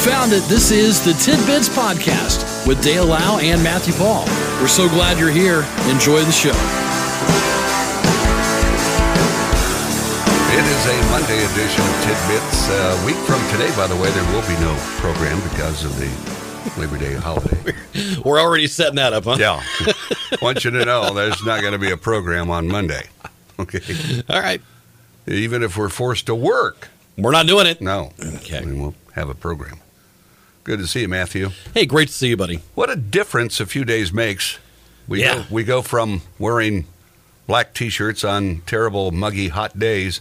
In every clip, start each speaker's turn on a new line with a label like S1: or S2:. S1: found it. This is the Tidbits Podcast with Dale Lau and Matthew Paul. We're so glad you're here. Enjoy the show.
S2: It is a Monday edition of Tidbits. Uh, A week from today, by the way, there will be no program because of the Labor Day holiday.
S1: We're already setting that up, huh?
S2: Yeah. Want you to know there's not going to be a program on Monday. Okay.
S1: All right.
S2: Even if we're forced to work,
S1: We're not doing it.
S2: no.
S1: Okay.
S2: We won't have a program. Good to see you, Matthew.
S1: Hey, great to see you, buddy.
S2: What a difference a few days makes. We
S1: Yeah.
S2: go, we go from wearing black t-shirts on terrible muggy hot days.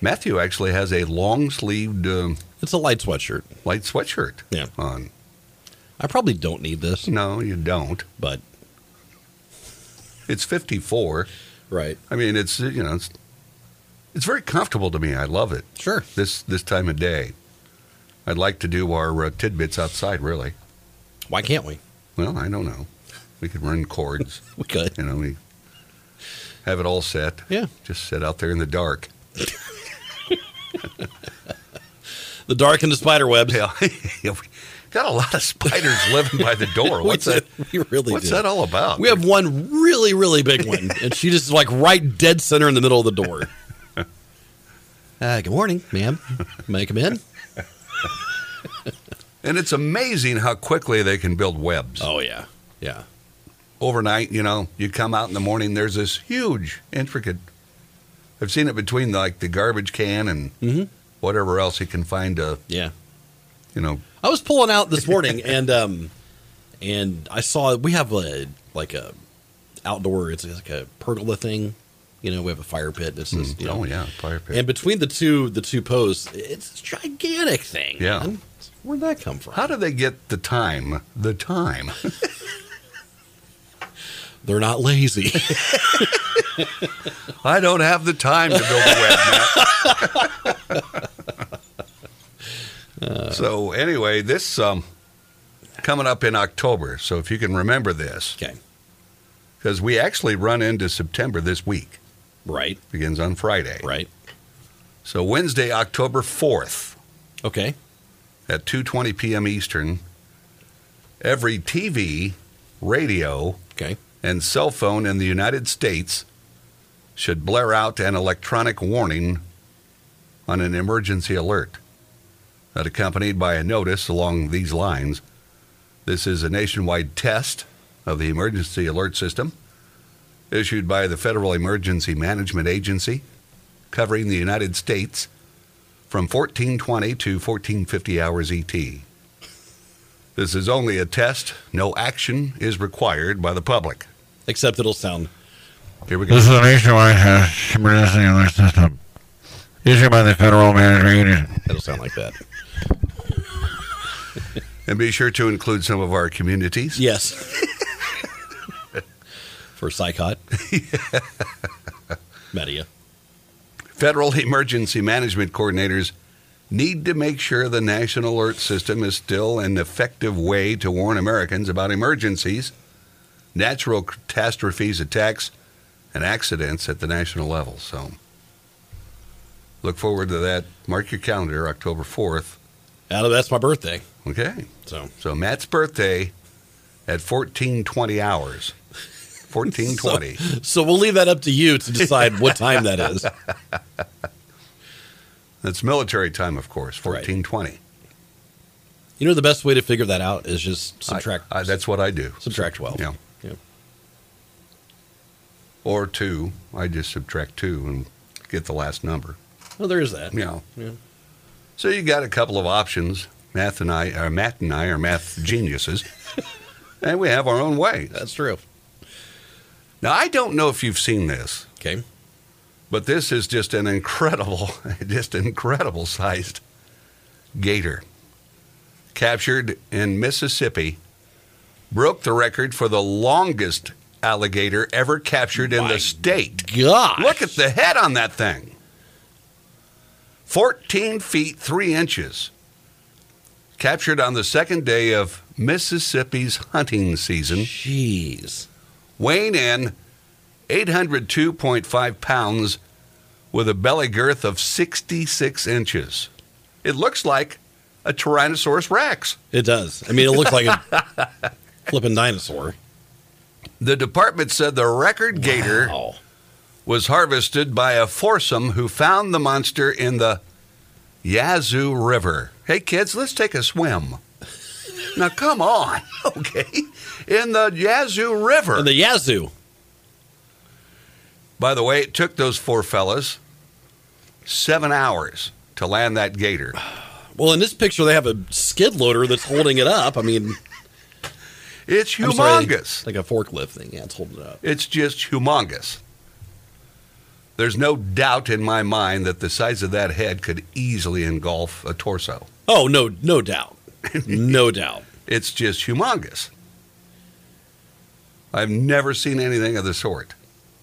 S2: Matthew actually has a long-sleeved um,
S1: It's a light sweatshirt.
S2: light sweatshirt
S1: Yeah.
S2: on.
S1: I probably don't need this,
S2: No, you don't.
S1: but
S2: It's 54.
S1: right.
S2: I mean, it's you know, it's it's very comfortable to me. I love it
S1: Sure.
S2: this this time of day. I'd like to do our uh, tidbits outside, really.
S1: Why can't we?
S2: Well, I don't know. We could run cords.
S1: We could.
S2: You know, we have it all set.
S1: Yeah.
S2: Just sit out there in the dark.
S1: The dark and the spider webs.
S2: Yeah, we got a lot of spiders living by the door.
S1: We
S2: What's
S1: do.
S2: that?
S1: We really
S2: What's
S1: do.
S2: that all about?
S1: We have one really, really big one, and she just is like right dead center in the middle of the door. Uh, good morning, ma'am. May I come in?
S2: and it's amazing how quickly they can build webs.
S1: Oh yeah, yeah.
S2: overnight, you know, you come out in the morning, there's this huge, intricate. I've seen it between like the garbage can and
S1: Mhm.
S2: whatever else you can find to,
S1: Yeah.
S2: you know,
S1: I was pulling out this morning and um and I saw we have a like a outdoor it's like a pergola thing. You know, we have a fire pit. This is you know
S2: oh yeah, fire pit.
S1: Mm-hmm. and between the two the two posts, it's a gigantic thing.
S2: Yeah.
S1: man. Where'd that come from?
S2: How do they get the time? The time.
S1: They're not lazy.
S2: I don't have the time to build a web. Matt. so anyway, this um, coming up in October. So if you can remember this,
S1: okay.
S2: because we actually run into September this week.
S1: Right.
S2: Begins on Friday.
S1: Right.
S2: So Wednesday, October fourth.
S1: Okay.
S2: at 2:20 p.m. Eastern, every TV, radio,
S1: Okay.
S2: and cell phone in the United States should blare out an electronic warning on an emergency alert, that accompanied by a notice along these lines. This is a nationwide test of the emergency alert system issued by the Federal Emergency Management Agency covering the United States from 1420 to 1450 hours ET. This is only a test. No action is required by the public.
S1: Except it'll sound
S2: Here we go.
S3: This is a nationwide test emergency alert system issued by the Federal Management Agency.
S1: it'll sound like that.
S2: And be sure to include some of our communities.
S1: Yes. For psychot. Media.
S2: Federal emergency management coordinators need to make sure the national alert system is still an effective way to warn Americans about emergencies, natural catastrophes, attacks, and accidents at the national level. So look forward to that. Mark your calendar October 4th.
S1: Out of that's my birthday.
S2: Okay.
S1: So
S2: So Matt's birthday at 1420 hours. 1420.
S1: so we'll leave that up to you to decide what time that is.
S2: That's military time, of course, 1420.
S1: You know the best way to figure that out is just subtract Oh.
S2: I, I, that's what I do.
S1: subtract twelve.
S2: Yeah.
S1: Yeah.
S2: Or two. I just subtract two and get the last number.
S1: Well there is that.
S2: Yeah.
S1: Yeah.
S2: So you got a couple of options. Math and I, or Matt and I are math geniuses, and we have our own way.
S1: That's true.
S2: Now, I don't know if you've seen this,
S1: Okay.
S2: but this is just an incredible, just incredible sized gator captured in Mississippi broke the record for the longest alligator ever captured in
S1: My
S2: the state.
S1: God.
S2: Look at the head on that thing. 14 feet 3 inches. Captured on the second day of Mississippi's hunting season,
S1: Jeez.
S2: weighing in 802.5 pounds with a belly girth of 66 inches. It looks like a Tyrannosaurus Rex.
S1: It does. I mean, it looks like a flipping dinosaur.
S2: The department said the record gator
S1: Wow.
S2: was harvested by a foursome who found the monster in the Yazoo River. Hey, kids, let's take a swim. Now, come on, okay? In the Yazoo River.
S1: And the Yazoo.
S2: By the way, it took those four fellas seven hours to land that gator.
S1: Well, in this picture, they have a skid loader that's holding it up. I mean,
S2: It's
S1: I'm sorry,
S2: humongous.
S1: like a forklift thing. Yeah, it's holding it up.
S2: It's just humongous. There's no doubt in my mind that the size of that head could easily engulf a torso.
S1: Oh no, no doubt, no doubt.
S2: It's just humongous. I've never seen anything of the sort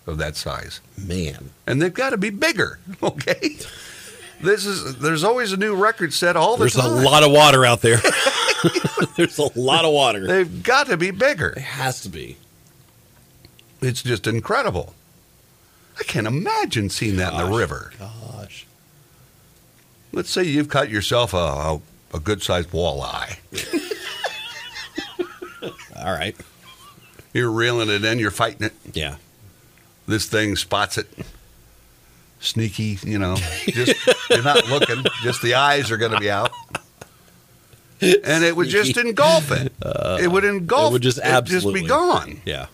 S2: of that size.
S1: Man,
S2: And they've got to be bigger, okay? This is there's always a new record set all the
S1: there's a
S2: time.
S1: lot of water out there. there's a lot of water.
S2: They've got to be bigger.
S1: It has to be.
S2: It's just incredible. I can't imagine seeing that in the
S1: Gosh.
S2: river.
S1: Gosh.
S2: Let's say you've cut yourself a, a, a good sized walleye.
S1: All right.
S2: You're reeling it in, you're fighting it.
S1: Yeah.
S2: This thing spots it. Sneaky, you know, just you're not looking, just the eyes are going to be out. And it would just engulf it. it would engulf
S1: Uh, it would just
S2: it'd
S1: absolutely
S2: be gone.
S1: Yeah.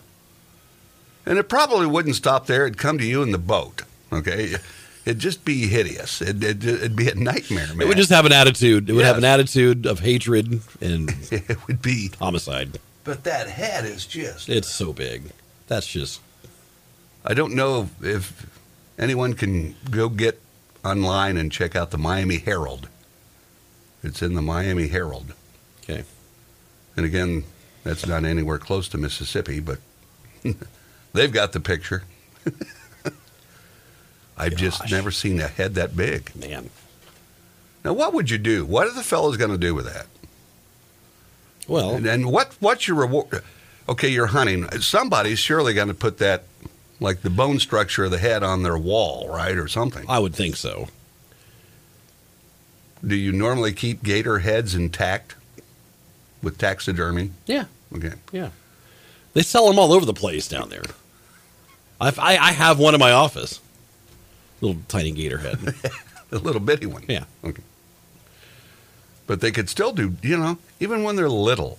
S2: And it probably wouldn't stop there. It'd come to you in the boat. Okay. It'd just be hideous. It'd, it'd, it'd be a nightmare, man.
S1: It would just have an attitude. It would have an
S2: Yes.
S1: attitude of hatred and
S2: it would be
S1: homicide.
S2: But that head is just.
S1: It's so big. That's just
S2: I don't know if anyone can go get online and check out the Miami Herald. It's in the Miami Herald.
S1: okay.
S2: And again, that's not anywhere close to Mississippi, but they've got the picture. I've just
S1: Gosh.
S2: never seen a head that big.
S1: Man.
S2: Now, what would you do? What are the fellas going to do with that?
S1: Well,
S2: And, and what what's your reward? Okay, you're hunting. Somebody's surely going to put that, like the bone structure of the head, on their wall, right, or something.
S1: I would think so.
S2: Do you normally keep gator heads intact with taxidermy?
S1: Yeah.
S2: Okay,
S1: Yeah. They sell them all over the place down there. I've, I, I have one in my office. Little tiny gator head.
S2: a little bitty one.
S1: Yeah.
S2: Okay. But they could still do, you know, even when they're little.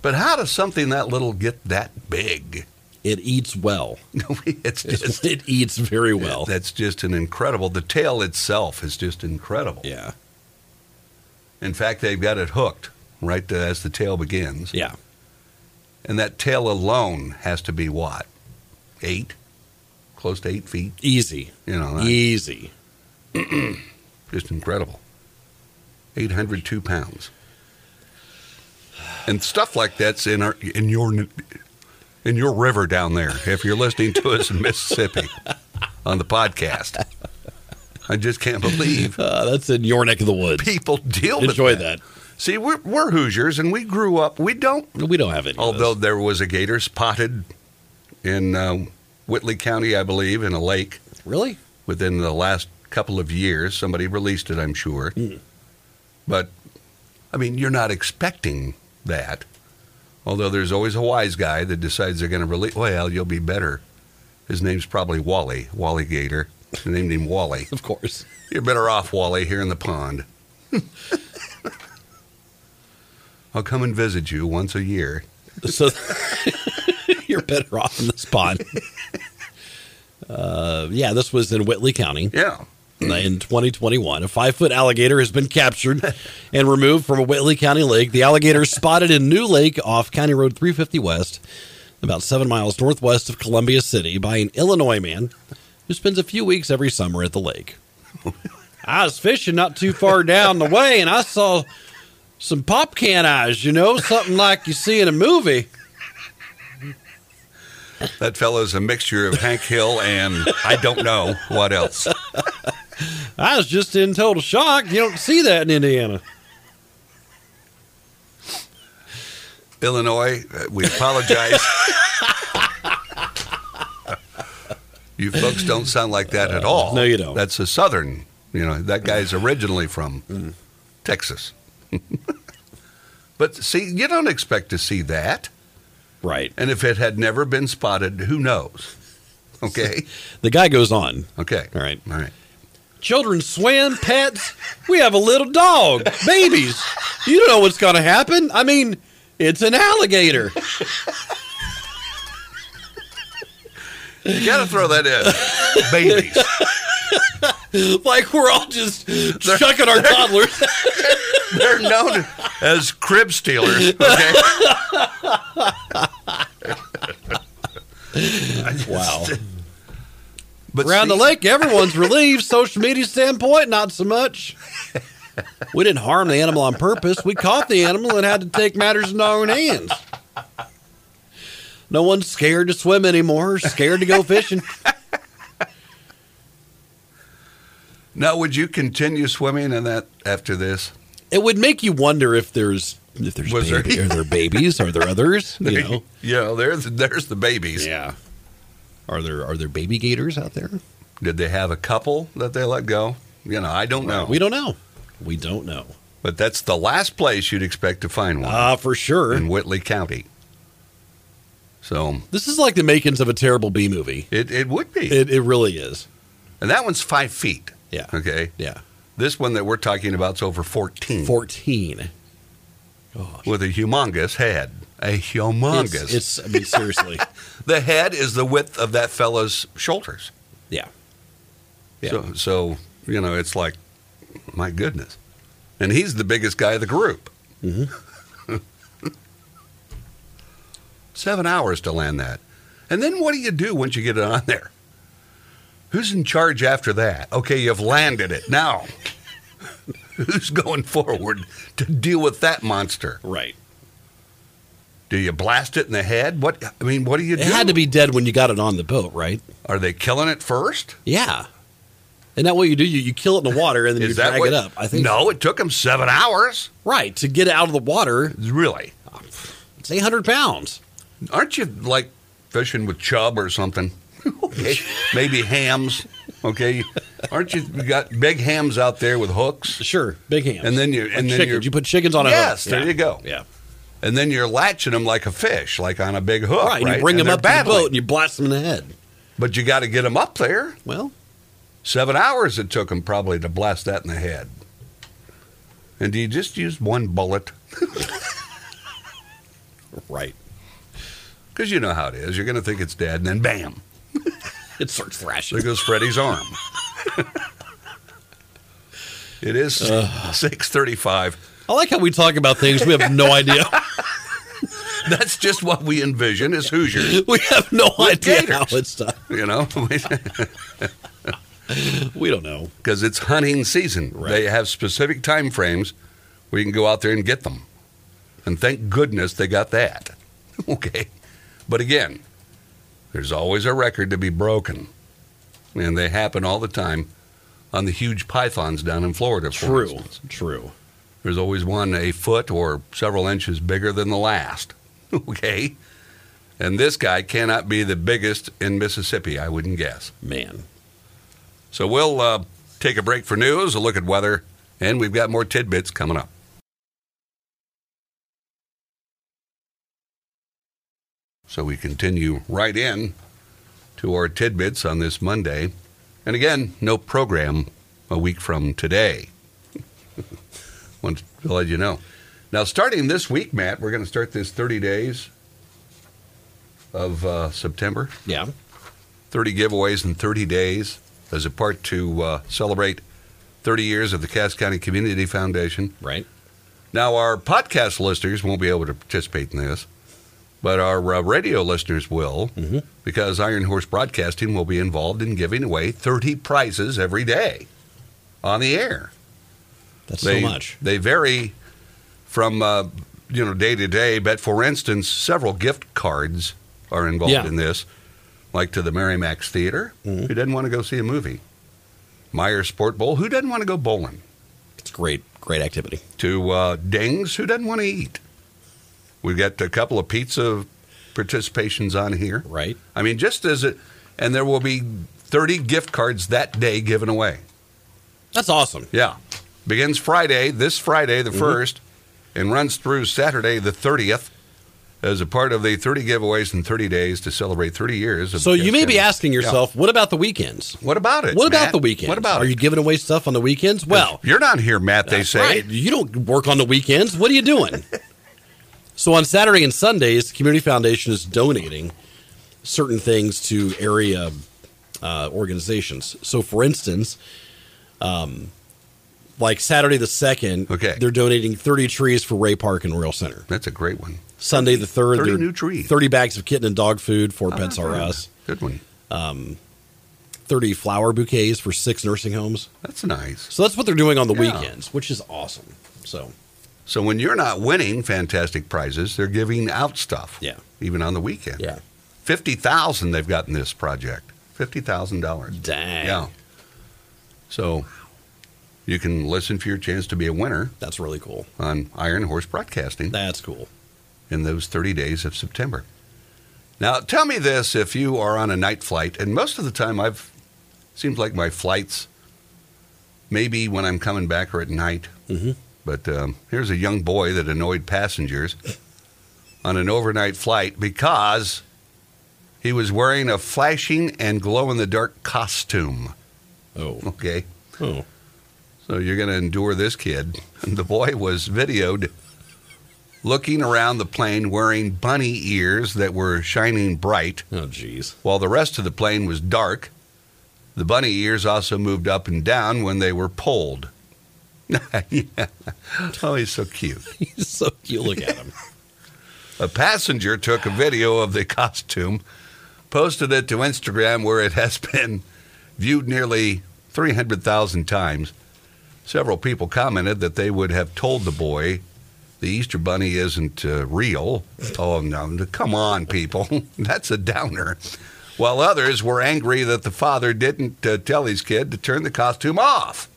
S2: But how does something that little get that big?
S1: It eats well.
S2: No, it's
S1: It's,
S2: just
S1: it eats very well.
S2: That's just an incredible. The tail itself is just incredible.
S1: Yeah.
S2: In fact, they've got it hooked right to, as the tail begins.
S1: Yeah.
S2: And that tail alone has to be what? Eight? Close to eight feet?
S1: Easy.
S2: You know, that-
S1: Easy.
S2: just incredible. 802 pounds. And stuff like that's in our in your in your river down there. If you're listening to us in Mississippi on the podcast, I just can't believe
S1: Uh, that's in your neck of the woods.
S2: people deal with
S1: Enjoy that.
S2: See, we're, we're Hoosiers, and we grew up. We don't
S1: We don't have any. of
S2: Although
S1: those.
S2: there was a gator spotted in uh, Whitley County, I believe, in a lake
S1: really?
S2: within the last couple of years. Somebody released it, I'm sure. But, I mean, you're not expecting that. Although there's always a wise guy that decides they're going to release, well, you'll be better. His name's probably Wally, Wally Gator. They named him Wally.
S1: Of course.
S2: You're better off, Wally, here in the pond. I'll come and visit you once a year.
S1: So you're better off in the spot. Uh, yeah, this was in Whitley County
S2: Yeah.
S1: Mm-hmm. in 2021. A five foot alligator has been captured and removed from a Whitley County lake. The alligator is spotted in New Lake off County Road 350 West, about seven miles northwest of Columbia City, by an Illinois man who spends a few weeks every summer at the lake. I was fishing not too far down the way and I saw some pop can eyes, you know, something like you see in a movie.
S2: That fellow's a mixture of Hank Hill and I don't know what else.
S1: I was just in total shock. You don't see that in Indiana.
S2: Illinois, uh, we apologize. you folks don't sound like that at all.
S1: No, you don't. Mm.
S2: That's a Southern, you know, that guy's originally from Texas. but see, you don't expect to see that.
S1: Right.
S2: And if it had never been spotted, who knows? Okay.
S1: The guy goes on.
S2: Okay.
S1: All right.
S2: All right.
S1: Children swim, pets. We have a little dog, babies. You don't know what's going to happen. I mean, it's an alligator.
S2: You got to throw that in. Babies.
S1: Like we're all just chucking our toddlers.
S2: They're known as crib stealers. Okay.
S1: Wow.
S2: But
S1: Around the
S2: see-
S1: lake, everyone's relieved. Social media standpoint, not so much. We didn't harm the animal on purpose. We caught the animal and had to take matters into our own hands. No one's scared to swim anymore, or scared to go fishing.
S2: Now, would you continue swimming in that after this?
S1: It would make you wonder if there's if there's
S2: Was there-
S1: baby, are there babies? Are there others? You know?
S2: yeah. There's there's the babies.
S1: Yeah. Are there are there baby gators out there?
S2: Did they have a couple that they let go? You know, I don't know.
S1: We don't know. We don't know.
S2: but that's the last place you'd expect to find one
S1: Ah, for sure.
S2: in Whitley County. So
S1: This is like the makings of a terrible B movie.
S2: it, it would be.
S1: It it really is.
S2: and that one's five feet.
S1: Yeah.
S2: Okay.
S1: Yeah.
S2: This one that we're talking about's over 14
S1: Fourteen.
S2: with a humongous head. A humongous.
S1: It's, it's I mean seriously.
S2: the head is the width of that fellow's shoulders.
S1: yeah. Yeah.
S2: So, so, you know, it's like, my goodness. And he's the biggest guy of the group.
S1: Mm-hmm.
S2: Seven hours to land that. And then what do you do once you get it on there? Who's in charge after that? Okay, you've landed it. Now, who's going forward to deal with that monster?
S1: Right.
S2: Do you blast it in the head? What I mean, what do you
S1: It
S2: do?
S1: had to be dead when you got it on the boat, right?
S2: Are they killing it first?
S1: Yeah. And that what you do? You, you kill it in the water and then you
S2: Is that
S1: drag
S2: what-
S1: it up. I think
S2: No, it took them seven hours.
S1: Right. To get it out of the water,
S2: Really?
S1: it's eight hundred pounds.
S2: Aren't you like fishing with chub or something? Okay. Maybe hams. Okay. Aren't you, you got big hams out there with hooks?
S1: Sure. Big hams.
S2: And then you-
S1: Like
S2: and then
S1: chickens.
S2: you're-
S1: you put chickens on a
S2: Yes,
S1: hook.
S2: there
S1: Yeah.
S2: you go.
S1: Yeah.
S2: And then you're latching them like a fish, like on a big hook.
S1: Right,
S2: Right.
S1: you bring them
S2: And they're
S1: up to the
S2: battling.
S1: boat and you blast them in the head.
S2: But you got to get them up there.
S1: Well,
S2: Seven hours it took them probably to blast that in the head. And do you just use one bullet?
S1: right.
S2: Because you know how it is. You're going to think it's dead, and then bam,
S1: It starts
S2: there
S1: thrashing.
S2: goes Freddy's arm. it is 635.
S1: I like how we talk about things we have no idea.
S2: That's just what we envision as Hoosiers,
S1: We have no idea
S2: gators.
S1: how it's done.
S2: you know,
S1: We don't know.
S2: because it's hunting season.
S1: Right.
S2: They have specific time frames where you can go out there and get them. And thank goodness they got that. Okay. But again, there's always a record to be broken. And they happen all the time on the huge pythons down in Florida. for
S1: True.
S2: instance.
S1: True.
S2: There's always one a foot or several inches bigger than the last. Okay. And this guy cannot be the biggest in Mississippi, I wouldn't guess.
S1: Man.
S2: So we'll uh, take a break for news, a look at weather, and we've got more tidbits coming up. So we continue right in to our tidbits on this Monday. And again, no program a week from today. Want to let you know. Now, starting this week, Matt, we're going to start this 30 days of uh, September.
S1: Yeah.
S2: 30 giveaways in 30 days as a part to uh, celebrate 30 years of the Cass County Community Foundation.
S1: Right.
S2: Now, our podcast listeners won't be able to participate in this, but our uh, radio listeners will because Iron Horse Broadcasting will be involved in giving away 30 prizes every day on the air.
S1: That's
S2: They,
S1: so much.
S2: They vary from uh, you know day to day, but for instance, several gift cards are involved
S1: Yeah. Mm-hmm.
S2: in this, like to the Merrimax Theater. Who doesn't want to go see a movie? Meyer Sport Bowl. Who doesn't want to go bowling?
S1: It's great. Great activity.
S2: To uh, Dings. Who doesn't want to eat? We've got a couple of pizza participations on here.
S1: Right.
S2: I mean, just as it, and there will be 30 gift cards that day given away.
S1: That's awesome.
S2: Yeah. begins Friday, this Friday,
S1: Mm-hmm.
S2: the 1st, and runs through Saturday, the 30th, as a part of the 30 giveaways in 30 days to celebrate 30 years. Of
S1: So
S2: the
S1: you may be
S2: Kids'
S1: asking
S2: Channel.
S1: yourself, what about the weekends?
S2: Yeah. What about it?
S1: What about
S2: Matt?
S1: the weekends?
S2: What about
S1: Are
S2: it?
S1: you giving away stuff on the weekends? Well,
S2: You're not here, Matt, they say.
S1: Right. You don't work on the weekends. What are you doing? so on Saturday and Sundays, the Community Foundation is donating certain things to area uh, organizations. So, for instance, um, like Saturday the second,
S2: Okay.
S1: they're donating thirty trees for Ray Park and Royal Center.
S2: That's a great one.
S1: Sunday the third,
S2: 30
S1: they're-
S2: new trees. Ah,
S1: thirty bags of kitten and dog food for Pets R Us,
S2: Good one.
S1: thirty flower bouquets for six nursing homes.
S2: That's nice.
S1: So that's what they're doing on the
S2: Yeah.
S1: weekends, which is awesome. So
S2: So when you're not winning fantastic prizes, they're giving out stuff.
S1: Yeah.
S2: Even on the weekend.
S1: yeah,
S2: Fifty thousand they've gotten this project. Fifty thousand dollars.
S1: dang,
S2: Yeah. So you can listen for your chance to be a winner
S1: that's really cool.
S2: on Iron Horse Broadcasting
S1: That's cool.
S2: in those 30 days of September. Now, tell me this if you are on a night flight, and most of the time I've seems like my flights maybe when I'm coming back or at night.
S1: Mhm.
S2: But um, here's a young boy that annoyed passengers on an overnight flight because he was wearing a flashing and glow in the dark costume.
S1: Oh,
S2: Okay.
S1: oh,
S2: So you're going to endure this kid. And the boy was videoed looking around the plane wearing bunny ears that were shining bright
S1: oh, jeez.
S2: while the rest of the plane was dark. The bunny ears also moved up and down when they were pulled. yeah. Oh, he's so cute.
S1: He's so cute. Look at him.
S2: A passenger took a video of the costume, posted it to Instagram where it has been viewed nearly 300,000 times. Several people commented that they would have told the boy the Easter Bunny isn't uh, real. Oh, no, come on, people. That's a downer. While others were angry that the father didn't uh, tell his kid to turn the costume off.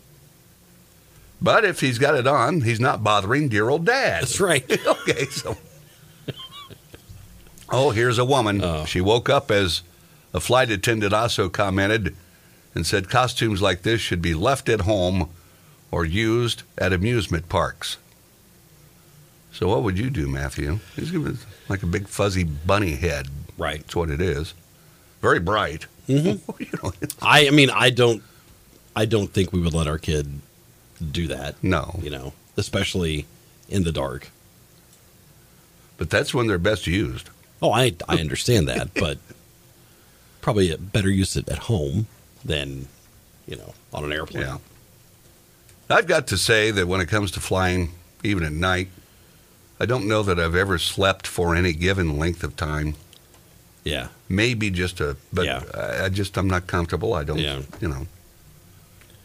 S2: But if he's got it on, he's not bothering dear old dad
S1: That's right.
S2: okay, so. Oh, here's a woman.
S1: Oh.
S2: She woke up as a flight attendant also commented and said costumes like this should be left at home or used at amusement parks. So, what would you do, Matthew? He's giving us like a big fuzzy bunny head.
S1: Right.
S2: That's what it is. Very bright. Mm-hmm. you know,
S1: I, I mean, I don't, I don't think we would let our kid do that.
S2: no.
S1: You know, especially in the dark.
S2: But that's when they're best used.
S1: Oh, I, I understand that, but probably a better use it at home than, you know, on an airplane.
S2: Yeah. I've got to say that when it comes to flying, even at night, I don't know that I've ever slept for any given length of time.
S1: Yeah.
S2: Maybe just a, but
S1: Yeah.
S2: I, I just, I'm not comfortable. I don't,
S1: Yeah.
S2: you know.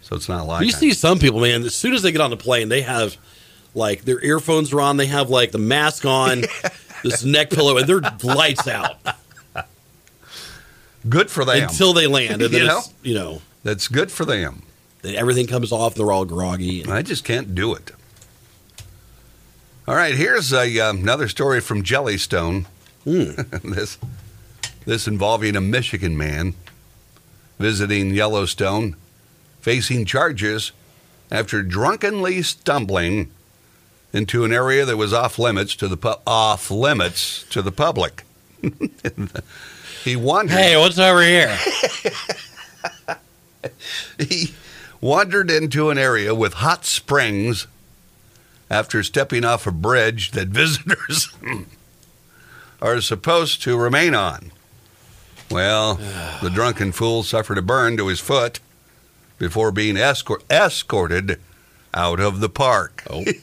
S2: So it's not like
S1: you
S2: I-
S1: see some people, man, as soon as they get on the plane, they have like their earphones are on, they have like the mask on, this neck pillow, and they're lights out
S2: good for them.
S1: until they land. And then
S2: You
S1: it's, you know,
S2: That's good for them.
S1: then everything comes off, they're all groggy. And,
S2: I just can't do it. All right, here's a, uh, another story from Jellystone.
S1: hmm.
S2: this, this involving a Michigan man visiting Yellowstone, facing charges after drunkenly stumbling into an area that was off limits to the pu- off limits to the public. he wandered.
S1: what's over here?
S2: he wandered into an area with hot springs after stepping off a bridge that visitors are supposed to remain on. Well, the drunken fool suffered a burn to his foot before being escort- escorted out of the park.
S1: Oh,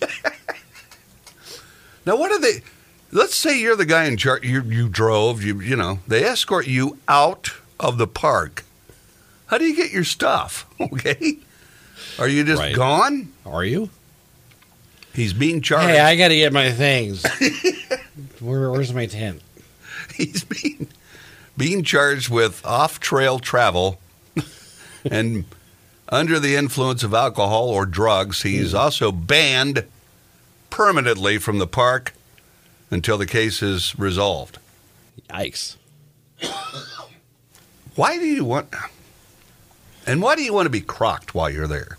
S2: Now, what are they? Let's say you're the guy in charge. You you drove. You you know they escort you out of the park. How do you get your stuff? Okay, are you just
S1: Right.
S2: gone?
S1: are you?
S2: He's being charged.
S1: I got to get my things. Where, where's my tent?
S2: He's being being charged with off-trail travel and under the influence of alcohol or drugs. He's also banned permanently from the park until the case is resolved.
S1: Yikes.
S2: Why do you want? And why do you want to be crocked while you're there?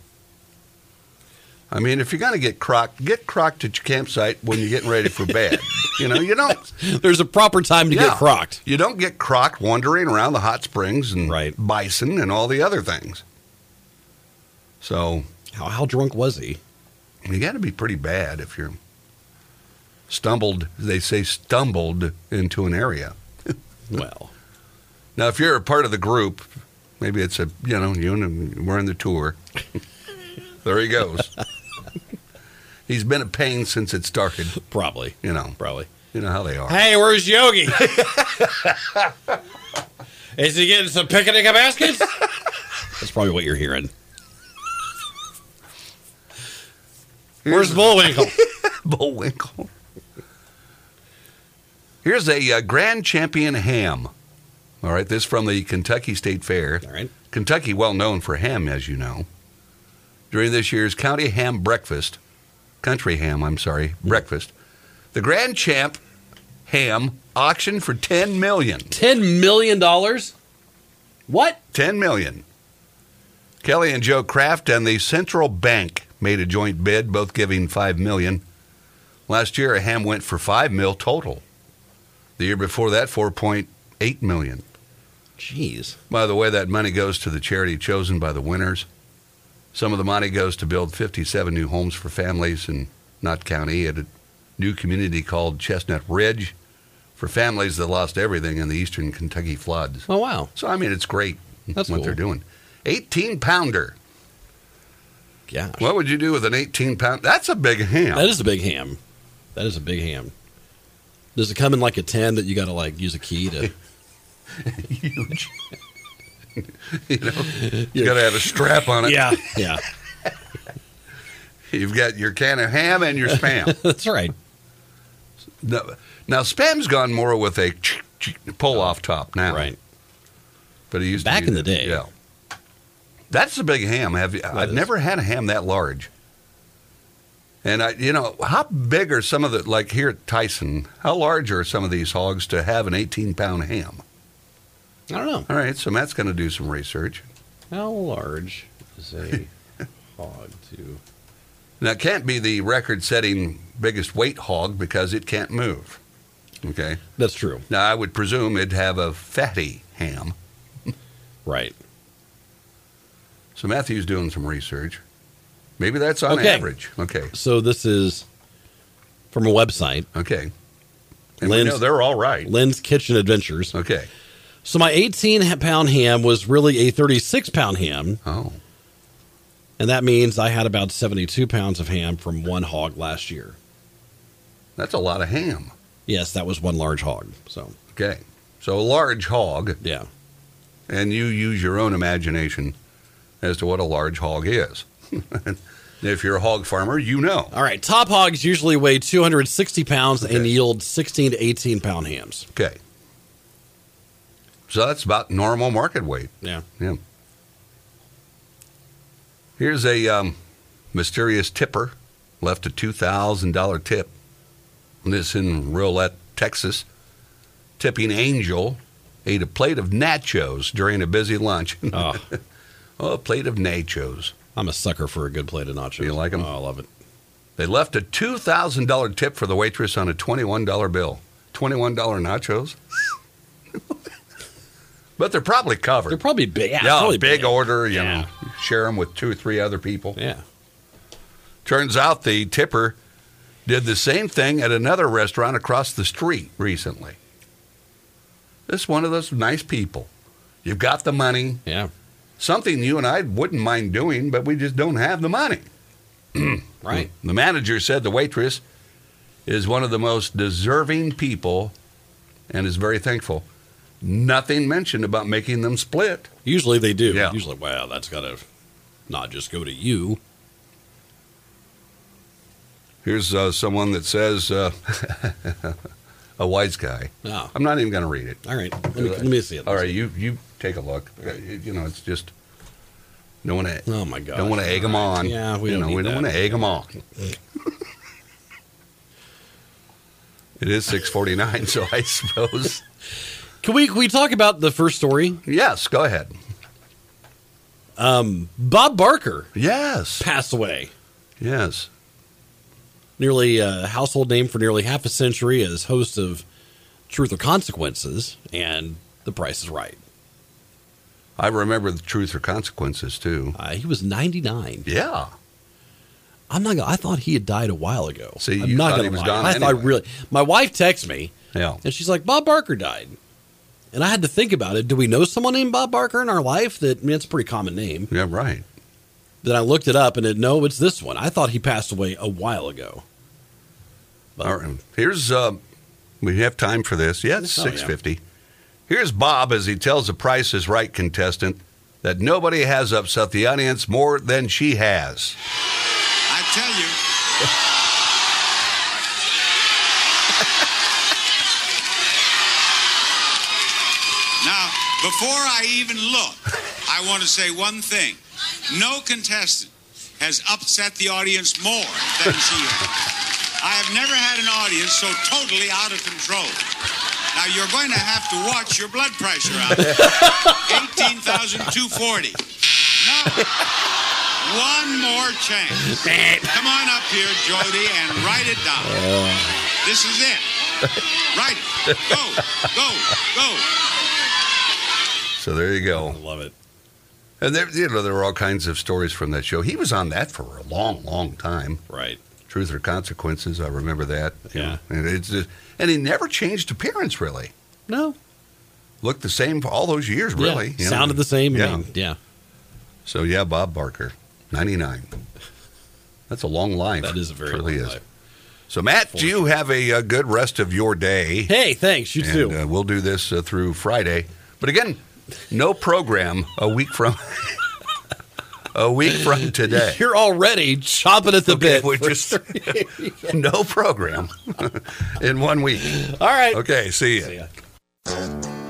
S2: I mean, if you're going to get crocked, get crocked at your campsite when you're getting ready for bed. you know, you don't.
S1: There's a proper time to get crocked.
S2: You don't get crocked wandering around the hot springs and
S1: Right.
S2: bison and all the other things. So
S1: How, how drunk was he?
S2: you got to be pretty bad if you're stumbled. They say stumbled into an area.
S1: Well,
S2: Now, if you're a part of the group, maybe it's a you know you and we're in the tour. there he goes. He's been a pain since it started.
S1: probably,
S2: You know,
S1: probably.
S2: you know how they are.
S1: Hey, where's Yogi? Is he getting some picnic baskets? That's probably what you're hearing. Where's Bullwinkle?
S2: Bullwinkle. Here's a uh, Grand Champion ham. All right, this from the Kentucky State Fair.
S1: All right.
S2: Kentucky, well known for ham, as you know. During this year's county ham breakfast, country ham, I'm sorry, breakfast, the Grand Champ ham auctioned for ten million.
S1: Ten million dollars? What?
S2: Ten million. Kelly and Joe Kraft and the Central Bank made a joint bid, both giving five million. Last year, a ham went for five mil total. The year before that, four point eight million.
S1: Jeez.
S2: By the way, that money goes to the charity chosen by the winners. Some of the money goes to build 57 new homes for families in Knott County at a new community called Chestnut Ridge for families that lost everything in the eastern Kentucky floods.
S1: Oh wow.
S2: So, I mean, it's great
S1: That's
S2: what
S1: cool.
S2: they're doing. 18 pounder.
S1: Gosh.
S2: What would you do with an 18 pound? That's a big ham.
S1: That is a big ham. That is a big ham. Does it come in like a ten that you got to like use a key to?
S2: huge. you know, you got to have a strap on it.
S1: yeah, yeah.
S2: You've got your can of ham and your spam.
S1: That's right.
S2: No, now spam's gone more with a pull off top now,
S1: Right.
S2: But it used
S1: Back
S2: to be,
S1: in the day.
S2: yeah. That's a big ham. Have you, I've
S1: is.
S2: never had a ham that large. And I, you know, how big are some of the like here at Tyson? How large are some of these hogs to have an eighteen-pound ham?
S1: I don't know
S2: All right, so Matt's going to do some research.
S1: how large is a hog to.
S2: Now it can't be the record-setting biggest weight hog because it can't move. Okay.
S1: That's true.
S2: Now I would presume it'd have a fatty ham.
S1: Right.
S2: So Matthew's doing some research. Maybe that's on
S1: Okay.
S2: average. Okay.
S1: So this is from a website,
S2: Okay. And we
S1: Lynn's-
S2: know they're all right.
S1: Lynn's Kitchen Adventures.
S2: Okay.
S1: So my 18 pound ham was really a 36 pound ham,
S2: Oh.
S1: and that means I had about 72 pounds of ham from one hog last year.
S2: That's a lot of ham.
S1: Yes, that was one large hog. So
S2: Okay. So a large hog,
S1: yeah,
S2: and you use your own imagination as to what a large hog is. if you're a hog farmer, you know.
S1: All right, top hogs usually weigh 260 pounds and
S2: Okay.
S1: yield 16 to 18 pound hams.
S2: Okay. So that's about normal market weight.
S1: Yeah.
S2: Yeah. Here's a um, mysterious tipper left a $2,000 tip. This in Rolette, Texas. Tipping angel ate a plate of nachos during a busy lunch.
S1: Oh,
S2: oh, a plate of nachos.
S1: I'm a sucker for a good plate of nachos.
S2: You like 'em?
S1: Oh, I love it.
S2: They left a $2,000 tip for the waitress on a $21 bill. $21 nachos? but they're probably covered.
S1: They're probably big. Yeah,
S2: yeah,
S1: probably
S2: big, order, you
S1: Yeah.
S2: know, share them with two or three other people.
S1: Yeah.
S2: Turns out the tipper did the same thing at another restaurant across the street recently. This is one of those nice people. You've got the money,
S1: Yeah.
S2: something you and I wouldn't mind doing, but we just don't have the money. Hmm.
S1: Right.
S2: The manager said the waitress is one of the most deserving people and is very thankful. Nothing mentioned about making them split.
S1: Usually they do.
S2: Yeah.
S1: Usually, wow, that's got to not just go to you.
S2: Here's uh, someone that says, uh, a wise guy.
S1: Oh,
S2: I'm not even going to read it.
S1: all right. Let me, let me see it.
S2: All right, you you take a look. Uh, You know, it's just don't want to
S1: Oh, my God.
S2: don't want to egg them on.
S1: Yeah, we
S2: You
S1: don't
S2: know,
S1: need
S2: we don't want
S1: that.
S2: to egg them on. it is six forty nine, so I suppose
S1: Can we, can we talk about the first story?
S2: yes. Go ahead.
S1: Bob Barker
S2: Yes,
S1: passed away.
S2: Yes.
S1: nearly a household name for nearly half a century as host of Truth or Consequences and The Price is Right.
S2: I remember the truth or consequences too.
S1: Uh, he was 99.
S2: Yeah.
S1: I'm not. Gonna, I thought he had died a while ago.
S2: See,
S1: I'm
S2: you
S1: not
S2: thought
S1: gonna
S2: he was
S1: lie.
S2: gone
S1: I thought
S2: anyway.
S1: really. My wife texts me
S2: Yeah.
S1: and she's like, "Bob Barker died," and I had to think about it. Do we know someone named Bob Barker in our life? That I mean, it's a pretty common name.
S2: Yeah, right.
S1: Then I looked it up and it no, it's this one. I thought he passed away a while ago. But-
S2: All right. Here's uh we have time for this. Yeah, it's
S1: Oh, yeah.
S2: 650. Here's Bob as he tells the Price is Right contestant that nobody has upset the audience more than she has.
S4: I tell you. now, before I even look, I want to say one thing. No contestant has upset the audience more than she has. I have never had an audience so totally out of control. Now you're going to have to watch your blood pressure out. there. 18,240. No. One more chance. Come on up here, Jody, and write it down. This is it. Write it. Go, go, go.
S2: So there you
S1: I
S2: go.
S1: love it.
S2: And there you know there were all kinds of stories from that show. He was on that for a long, long time.
S1: Right.
S2: Truth or Consequences, I remember that.
S1: Yeah.
S2: And it's just, and he never changed appearance really.
S1: No.
S2: Looked the same for all those years really.
S1: Yeah.
S2: you know.
S1: Sounded the same.
S2: Yeah.
S1: I mean, yeah.
S2: So yeah, Bob Barker, 99. That's a long life.
S1: That is a very
S2: Truly
S1: long
S2: is.
S1: life.
S2: So Matt, do you have a, uh good rest of your day?
S1: Hey, thanks. You too.
S2: And uh, we'll do this uh, through Friday. But again, no program a week from a week from today.
S1: You're already chopping at the
S2: uh, Okay,
S1: bit.
S2: we're
S1: for
S2: just-
S1: three.
S2: No program in one week.
S1: All right.
S2: Okay, see you.
S1: See ya.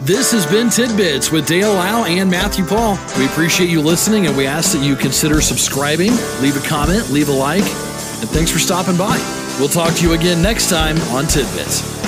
S5: This has been Tidbits with Dale Lau and Matthew Paul. We appreciate you listening and we ask that you consider subscribing, leave a comment, leave a like, and thanks for stopping by. We'll talk to you again next time on Tidbits.